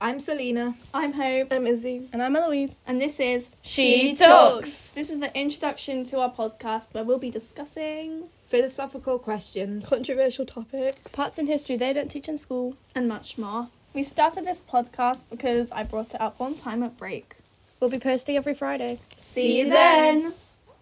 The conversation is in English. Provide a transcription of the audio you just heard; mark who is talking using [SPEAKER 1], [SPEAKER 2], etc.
[SPEAKER 1] I'm Selena.
[SPEAKER 2] I'm Hope.
[SPEAKER 3] I'm Izzy.
[SPEAKER 4] And I'm Eloise.
[SPEAKER 2] And this is
[SPEAKER 4] She Talks.
[SPEAKER 2] This is the introduction to our podcast where we'll be discussing
[SPEAKER 1] Philosophical questions.
[SPEAKER 3] Controversial topics.
[SPEAKER 4] Parts in history they don't teach in school.
[SPEAKER 2] and much more. We started this podcast because I brought it up one time at break.
[SPEAKER 4] We'll be posting every Friday.
[SPEAKER 2] See you then.